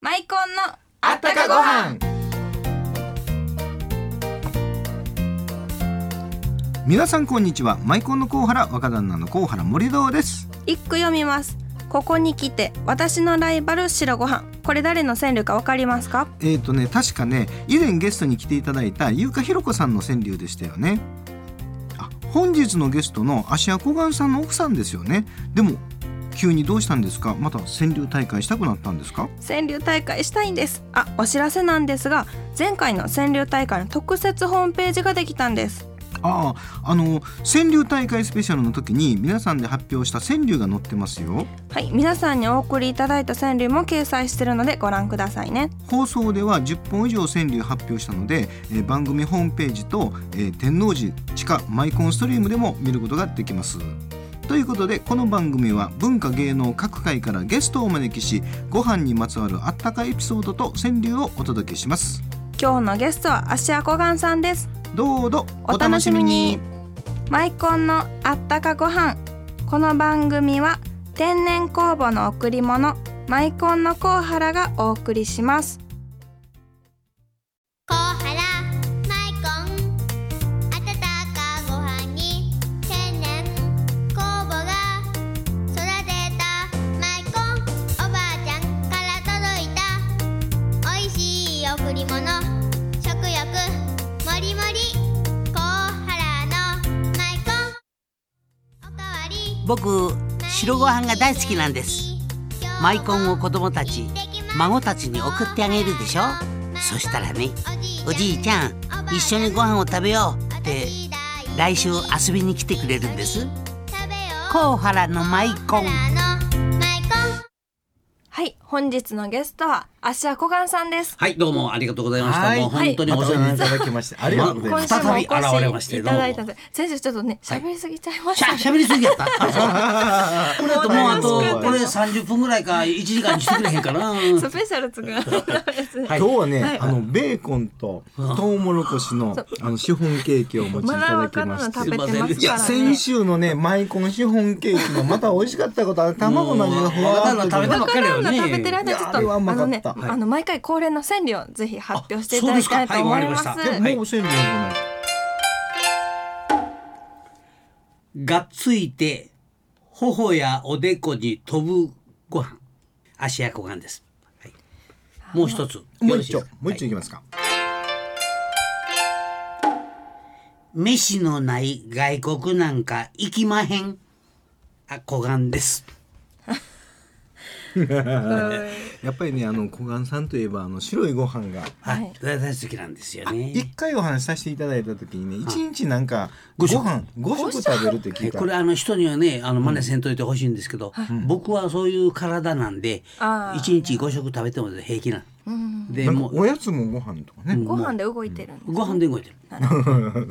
マイコンのあったかご飯皆さんこんにちはマイコンのコウハラ若旦那のコウハラ森堂です一句読みますここに来て私のライバル白ご飯これ誰の川柳かわかりますかえっ、とね確かね以前ゲストに来ていただいた優香ひろ子さんの川柳でしたよねあ本日のゲストの芦屋小雁さんの奥さんですよねでも急にどうしたんですかまた川柳大会したくなったんですか川柳大会したいんですあお知らせなんですが前回の川柳大会の特設ホームページができたんですあああの川柳大会スペシャルの時に皆さんで発表した川柳が載ってますよはい皆さんにお送りいただいた川柳も掲載してるのでご覧くださいね放送では10本以上川柳発表したので、えー番組ホームページと、えー天王寺地下マイコンストリームでも見ることができます。ということでこの番組は文化芸能各界からゲストをお招きしご飯にまつわるあったかいエピソードと川柳をお届けします。今日のゲストは芦屋小雁さんですどうぞお楽しみにマイコンのあったかご飯この番組は天然酵母の贈り物マイコンのコウハラがお送りしますコウハラマイコン温かご飯に天然酵母が育てたマイコンおばあちゃんから届いたおいしい贈り物食欲もりもりコウハラのマイコンおかわり僕白ご飯が大好きなんですマイコンを子供たち孫たちに送ってあげるでしょそしたらねおじいちゃん一緒にご飯を食べようって来週遊びに来てくれるんです甲原のマイコンはい本日のゲストは芦屋小雁さんですはい、どうもありがとうございました。はいもう本当にまおたお世話話いにたなっだきましてありがとうございます。ま今週も再びお現れま越ししていどうたもだいたんで先生ちょっとね喋りすぎちゃいまししゃた、しゃべりすぎやっ た。これだともうあと楽しかったこれ三十分ぐらいか一時間にしてくれへん かな。スペシャル作らないですねはい今日はね、はいあのベーコンとトウモロコシのあのシフォンケーキをお持ちいまだただわきかんまなしのて食べてますかすいらまね先週のねマイコンシフォンケーキもまた美味しかったこと卵の味がふわーっとうんわからんのね食べてる間ちょっいやあれとはあうまかのったねはいあの毎回恒例の川柳をぜひ発表していただきたいと思いますあそうですかはいわかりましたもう千両じゃないがっついて頬やおでこに飛ぶご飯。足やご飯です。はいもう一つ。もようろしい一丁ですかもう一丁はいきますか、飯のない外国なんか行きまへん。あ、小雁です。やっぱりねあの小雁さんといえばあの白いご飯がははいい、大好きなんですよね。一回お話しさせていただいた時にね一日なんかご飯五食食べるって聞いたこれあの人にはねあの真似せんといてほしいんですけど、僕はそういう体なんであー一日5食食べても平気なのでなんもかうおやつもご飯と かね、 ご飯で動いてるんですご飯で動いて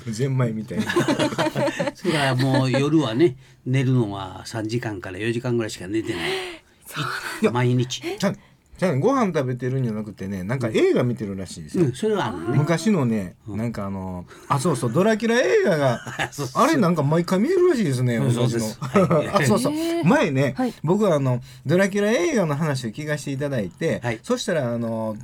るゼンマイみたいなそれからもう夜はね寝るのは3時間から4時間ぐらいしか寝てない毎日、じゃあじゃあご飯食べてるんじゃなくてねなんか映画見てるらしいですよ、うん、それはあのね昔のね、なんかあの、あ、そうそう、ドラキュラ映画が、 あれなんか毎回見てるらしいですね、うんそうです 昔のはいあ、そうそう。前ねはい、僕はあの、ドラキュラ映画の話を聞かせていただいてはい、そしたらあの、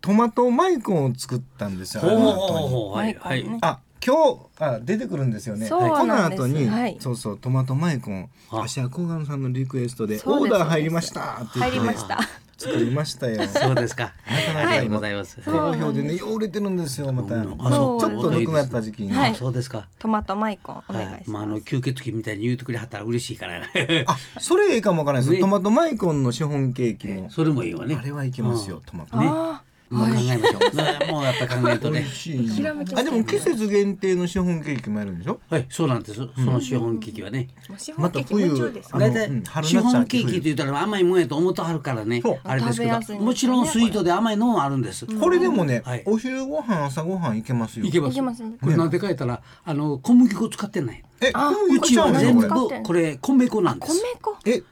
トマトマイコンを作ったんですよ。ほうあほのうほう後にほうはいはい、あ、今日、あ、出てくるんですよね。そうこのなんです後にはい、そうそう、トマトマイコン、あ芦屋小雁さんのリクエストで、そうオですーダー入りましたって言っ入てりましね、た作りましたよ。そうですかかなかありがとうございます、う好評でね、よう売れてるんですよ、また。うちんょあそうっとなくなった時期に。はいあそうですかトマトマイコンお願いします、まあ、あの吸血鬼みたいに言うてくれはったら嬉しいから、あ、それいいかもわからないです。ねトマトマイコンのシフォンケーキも。それもいいわねあれはいけますよ、トマト。ねあもう考えましょう。ねもうやっぱ考えると美ね味。しいらめき。あ、でも季節限定のシフォンケーキもあるんでしょはい、そうなんです。その資本ケーキはね。ーもうシフォまンケたーキ夢中冬です、あねの大体うん春シフ夏ォンケ秋ーキって冬言ったら甘いもんやと思ってはるからねそうあれです食けべやすいんですどねもちろんスイートで甘いのもあるんですこれでもねはい、お昼ご飯朝ご飯いけますよいけまいすけますねこれなんでかいたらあの小麦粉使ってないうえ、うちは小麦全粉ち部ゃうの使こってんのこれ米粉なんで米す粉れえ、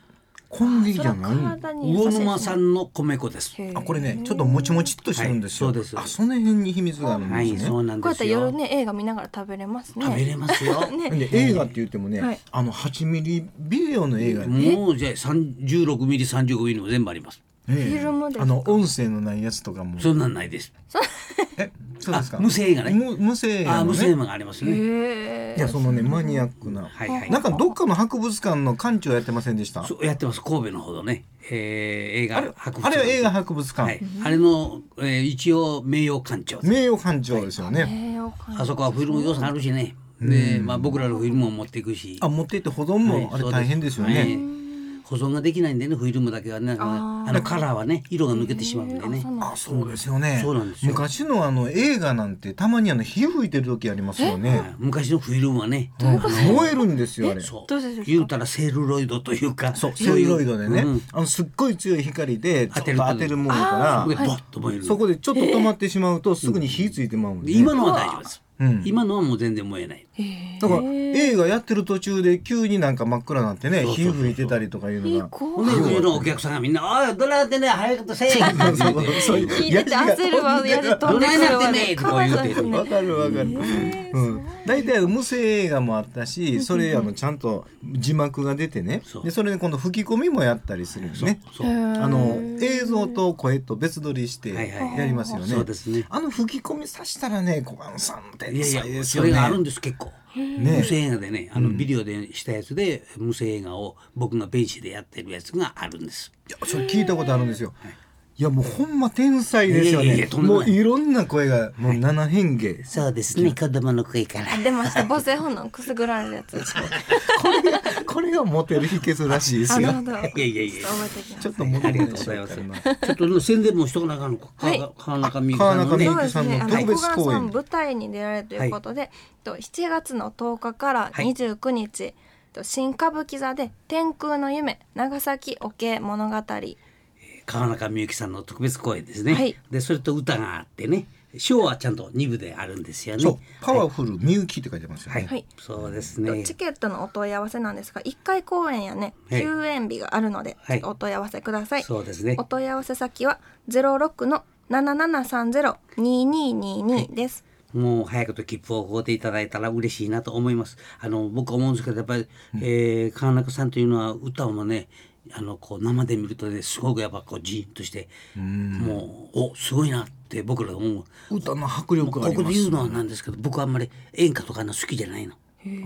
小麦じそゃらない体に優しいで魚すね沼産の米粉ですへーあ、これね、ちょっともちもちっとしてるんですよはいそうですあ、その辺に秘密があるんはでいすそねうなんこうやっでたすら夜よね映画見ながら食べれますね食べれますよで映画って言ってもね、はいあの8ミリビデオの映画にもうじゃあ16ミリ35ミリも全部ありますフィルムですかあの音声のないやつとかもそんなんないです。えそうですかあ無声がねむ無声あやー、の無声ねマがありますへね。えいやそのねマニアックなはいはい。なんかどっかの博物館の館長やってませんでしたそうやってます神戸のほどね、えー、映あ画れ博物あれは映画博物はい館、あれの、えー、一応名誉館長名誉館長ですよね栄養感あそこはフィルム予算あるしねで、まあ、僕らのフィルムを持っていくしあ持って行って保存はいもあれそう大変ですよはねい保存ができないんでねフィルムだけはねあのカラーはね色が抜けてしまうんでねあそうですよねそうなんですよ昔のあの映画なんてたまにあの火吹いてる時ありますよはねい昔のフィルムはね燃えるんですよあれそうどうしてですか言うたらセルロイドというかそうセルロイドでね、うんあのすっごい強い光でちょっと当当ててるるものだでかボッと燃えらるそこでちょっと止まってしまうとすぐに火ついてまうんでで今のは大丈夫です、うん今のはもう全然燃えないだから映画やってる途中で急になんか真っ暗になってねそうそう火そう吹いてたりとかいうのがほんでうちのお客さんがみんな「おいどないなってんねん早いことせえ」って言ってそういう聞いてて焦るわやじ飛んでくるわねどないなってんねんとか言うてかわいそうですねわかるわかる。うん。大体無声映画もあったし、それあのちゃんと字幕が出てねそ。うでそれで今度吹き込みもやったりするよね。そうあの映像と声と別撮りしてはいはいやりますよね。そうですねあの吹き込みさしたらね、小雁さん天いや才いでや、すそよれね。があるんです、結構。無ね声映画でね、あのビデオでしたやつで、無声映画を僕がベンチでやってるやつがあるんです。いやそれ聞いたことあるんですよ。いやもうほんま天才ですよいやいやいやねと。んでももないういろんな声がもう七変化。そうですね、子供の声から。出ました母性本能くすぐられるやつこれがこれがモテる秘訣らしいですあなよるほ。どいやいやいやちょっと覚えてきまちょすっとモテるんでしありがとうございょうまかな。す。ちょっとね宣伝もしとかなあかんのか。はい川中美幸さんのね。川そう中美ですね。あの特別公小雁演さん舞台に出られるということで、と7月の10日から29日、と新歌舞伎座で天空の夢長崎おけ物語。川中美幸さんの特別公演ですね。はいで、それと歌があってね、ショーはちゃんと二部であるんですよね。そう、パワフルみゆきって書いてますよはい。ね。はいそうですね。チケットのお問い合わせなんですが、1回公演やねはい休演日があるので、はいちょっとお問い合わせください。そうですねお。問い合わせ先は06の7730-2222です。もう早いこと切符を買うていただいたら嬉しいなと思います。あの僕思うんですけどやっぱり、えー川中さんというのは歌もねあのこう生で見るとねすごくやっぱこうジーンとしてもうおすごいなって僕ら思う。歌の迫力あこりこまで言うす。のはなんですけど僕あんまり演歌とかあんな好きじゃないの。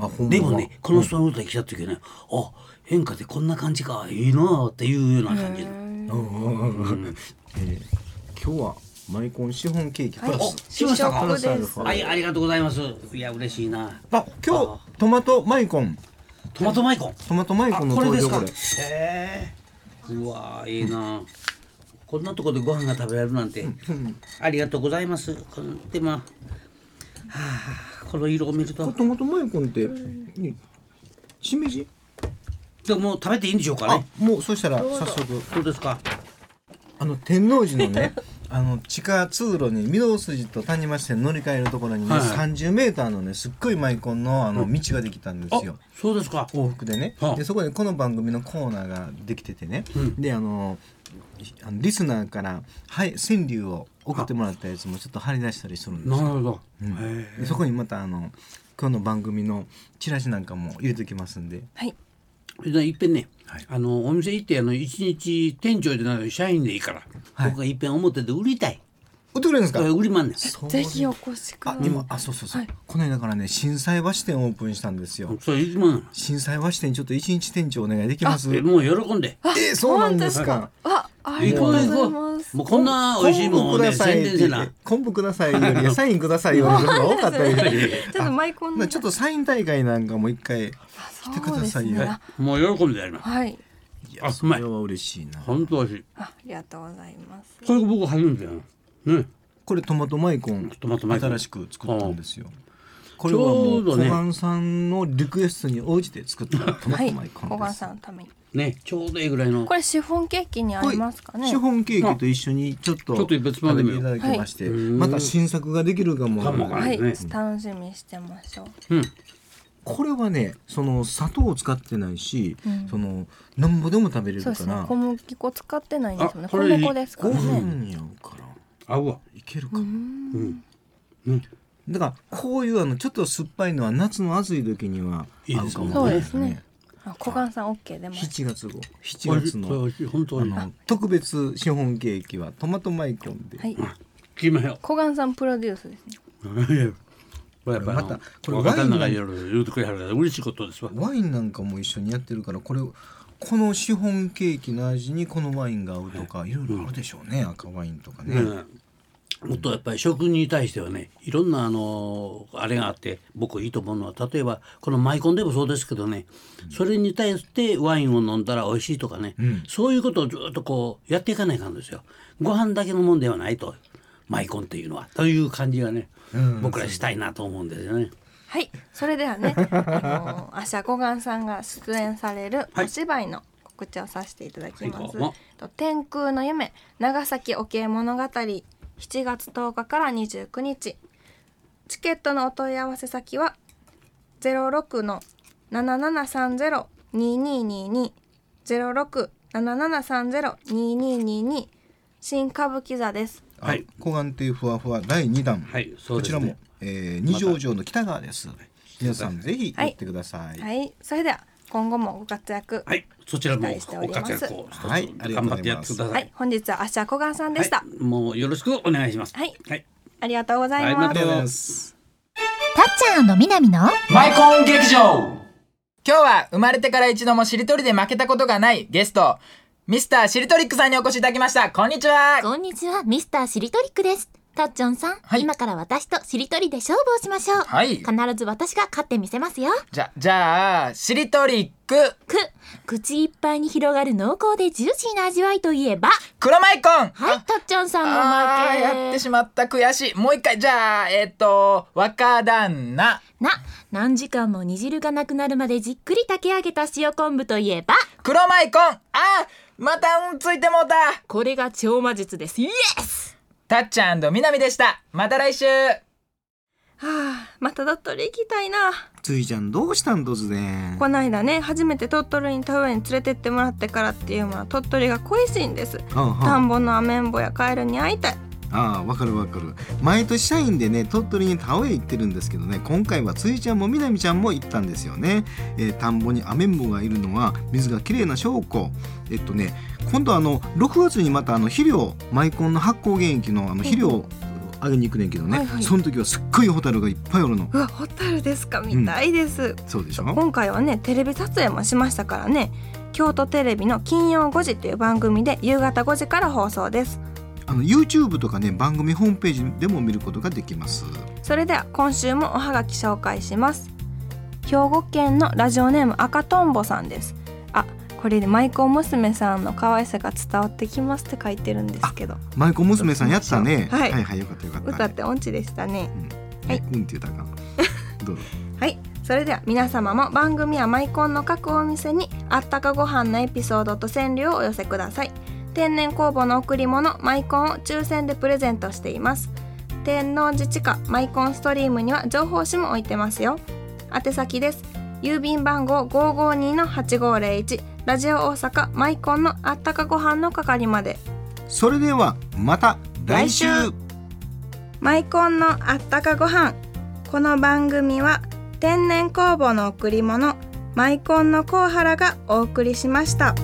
あ、ほんまでだもね、この人の歌に来た時はね、あ演歌でこんな感じかいいなっていうような感じの。今日はマイコンシフォンケーキプラおス。しましたか試食ですはいありがとうございます。いや嬉しいな。あ、今日トマトマイコン、トマトマイコン。トマトマイあコンのこれ登です場こかれ。へえうわいいなこんなとこでご飯が食べられるなんてありがとうございますこのでまあはあこの色を見るとトマトマイコンってねしめじ？でももう食べていいんでしょうかあね、もうそしたら早速そうですかあの天王寺のね。 あの地下通路に御堂筋と谷町線乗り換えるところにね、はい30メーターのねすっごいマイコンのあの道ができたんであすよ。そうですか往復でね、はあでそこでこの番組のコーナーができててね、んであのあのリスナーから、はい、川柳を送ってもらったやつもちょっと張り出したりするんでなするよ、ほど、うんへえでそこにまたあの今日の番組のチラシなんかも入れてきますんではい。じゃあいっぺんね、あのお店行ってあの一日店長じゃない社員でいいから、はい僕がいっぺん表で売りたい売ってくれるんですこかれ売りまんねんそそうぜひお越しくだあさい。今あそうそうそう、この間からね心斎橋店オープンしたんですよれ売りまんねん心斎橋店ちょっと一日店長お願いできますえもう喜んでえそうなんです本かあ、あり行がとうこごうざい行こまうす。もうこんな美味しいもんをね宣伝せな昆布くださいよりサインくださいよりの方が多かったり ちょっとマイコンまあちょっとサイン大会なんかもう一回来てくださいよ。そうですねもう喜んでやります。はい。あ、うまい。は嬉しいな。本当美味しい。あ、ありがとうございます。これが僕初めてやな。ね。これトマトマイコントマトマイコン新しく作ったんですよ。これちはもょううど小ね雁さんのリクエストに応じて作ったトマはトい。マイコン小で川す。さんのために。ね、ちょうどいいぐらいのこ。れシフォンケーキにありますかね。シフォンケーキと一緒にちょっとちょっと一発目食でべもていただきまして、はいまた新作ができるかもかもわかはらい、ね楽しみにしてましょう。うん。これはねその砂糖を使ってないし、そのなんぼでも食べれるそうかですねら。小麦粉使ってないんですよね。あこれ米粉ですかごらね。飯に合うから合うわ。いけるかも。うん。うん。だからこういうあのちょっと酸っぱいのは夏の暑い時には合うかもそうねですね。あ小雁さんオッケーでも7月号7月の本当あにの特別資本ケーキはトマトマイコンで、はい決めよ小雁さんプロデュースですね うこれやっこぱれまたここれれ若ワイ旦ン那がいろいろ言うてくれはるから嬉しいことですわワインなんかも一緒にやってるからこれこのシフォンケーキの味にこのワインが合うとかいろいろあるでしょうね、赤ワインとかね、うんもっとやっぱり食に対してはねいろんなあのあれがあって僕いいと思うのは例えばこのマイコンでもそうですけどねそれに対してワインを飲んだら美味しいとかね、そういうことをずっとこうやっていかないかんですよ。ご飯だけのもんではないとマイコンっていうのはという感じがね、僕らしたいなと思うんですよね。はいそれでは ねあの明日小雁さんが出演されるはいお芝居の告知をさせていただきまはいす、どうもと天空の夢長崎おけ物語7月10日から29日チケットのお問い合わせ先は06の7730-2222 06-7730-2222新歌舞伎座ですあはい小眼亭ふわふわ第2弾、はいそうこでちすねらも、えー、二条城の北川です、皆さんぜひ行ってください、はい、それでは今後もご活躍はい、そちらも期待しておごります活躍を一つはいありが頑とう張ございますってやってください。はい、本日は芦屋小雁さんでした、はいもうよろしくお願いします。はいはいありがとうございはいまますた。すたっちゃん南のマイコン劇場今日は生まれてから一度もしりとりで負けたことがないゲスト、ミスターしりとりックさんにお越しいただきました。こんにちはこんにちはミスターしりとりっくですたっちゃんさん、はい今から私としりとりで勝負をしましょう、はい必ず私が勝ってみせますよじゃ、じゃあ、しりとりック、く口いっぱいに広がる濃厚でジューシーな味わいといえば黒マイコンはいたっちゃんさんのあー負けやってしまった悔しい。もう一回、じゃあ、えっ、と、若旦那、な何時間も煮汁がなくなるまでじっくり炊き上げた塩昆布といえば黒マイコンあーまたうんついてもうたこれが超魔術ですイエスたっちゃんみなみでした。また来週はあ、また鳥取行きたいな。ついちゃんどうしたん突然こないだね、初めて鳥取に田植えに連れてってもらってからっていうもの、鳥取が恋しいんです。あん田はんんぼのアメンボやカエルに会いたい。ああわかるわかる毎年社員でね鳥取に田植え行ってるんですけどね今回はついちゃんもみなみちゃんも行ったんですよね、えー田んぼにアメンボがいるのは水がきれいな証拠えっとね今度あの6月にまたあの肥料マイコンの発酵原液のあの肥料をあげに行くねんけどね、はいはいその時はすっごいホタルがいっぱいおるのうわ、ホタルですか、見たいです。そうでしょ今回はね、テレビ撮影もしましたからね。京都テレビの金曜5時っていう番組で夕方5時から放送です。あの YouTube とかね番組ホームページでも見ることができますそれでは今週もおはがき紹介します兵庫県のラジオネーム赤とんぼさんですあ、これでマイコン娘さんの可愛さが伝わってきますって書いてるんですけどマイコ娘さんやったねはいはい、よかったよかった歌って音痴でしたねはい、うんって言ったらあかんどうぞはい、それでは皆様も番組やマイコンの各お店にあったかご飯のエピソードと川柳をお寄せください天然酵母の贈り物マイコンを抽選でプレゼントしています天王寺地下マイコンストリームには情報誌も置いてますよ宛先です郵便番号552-8501ラジオ大阪マイコンのあったかご飯の係までそれではまた来週来週マイコンのあったかご飯この番組は天然酵母の贈り物マイコンのコウハラがお送りしました。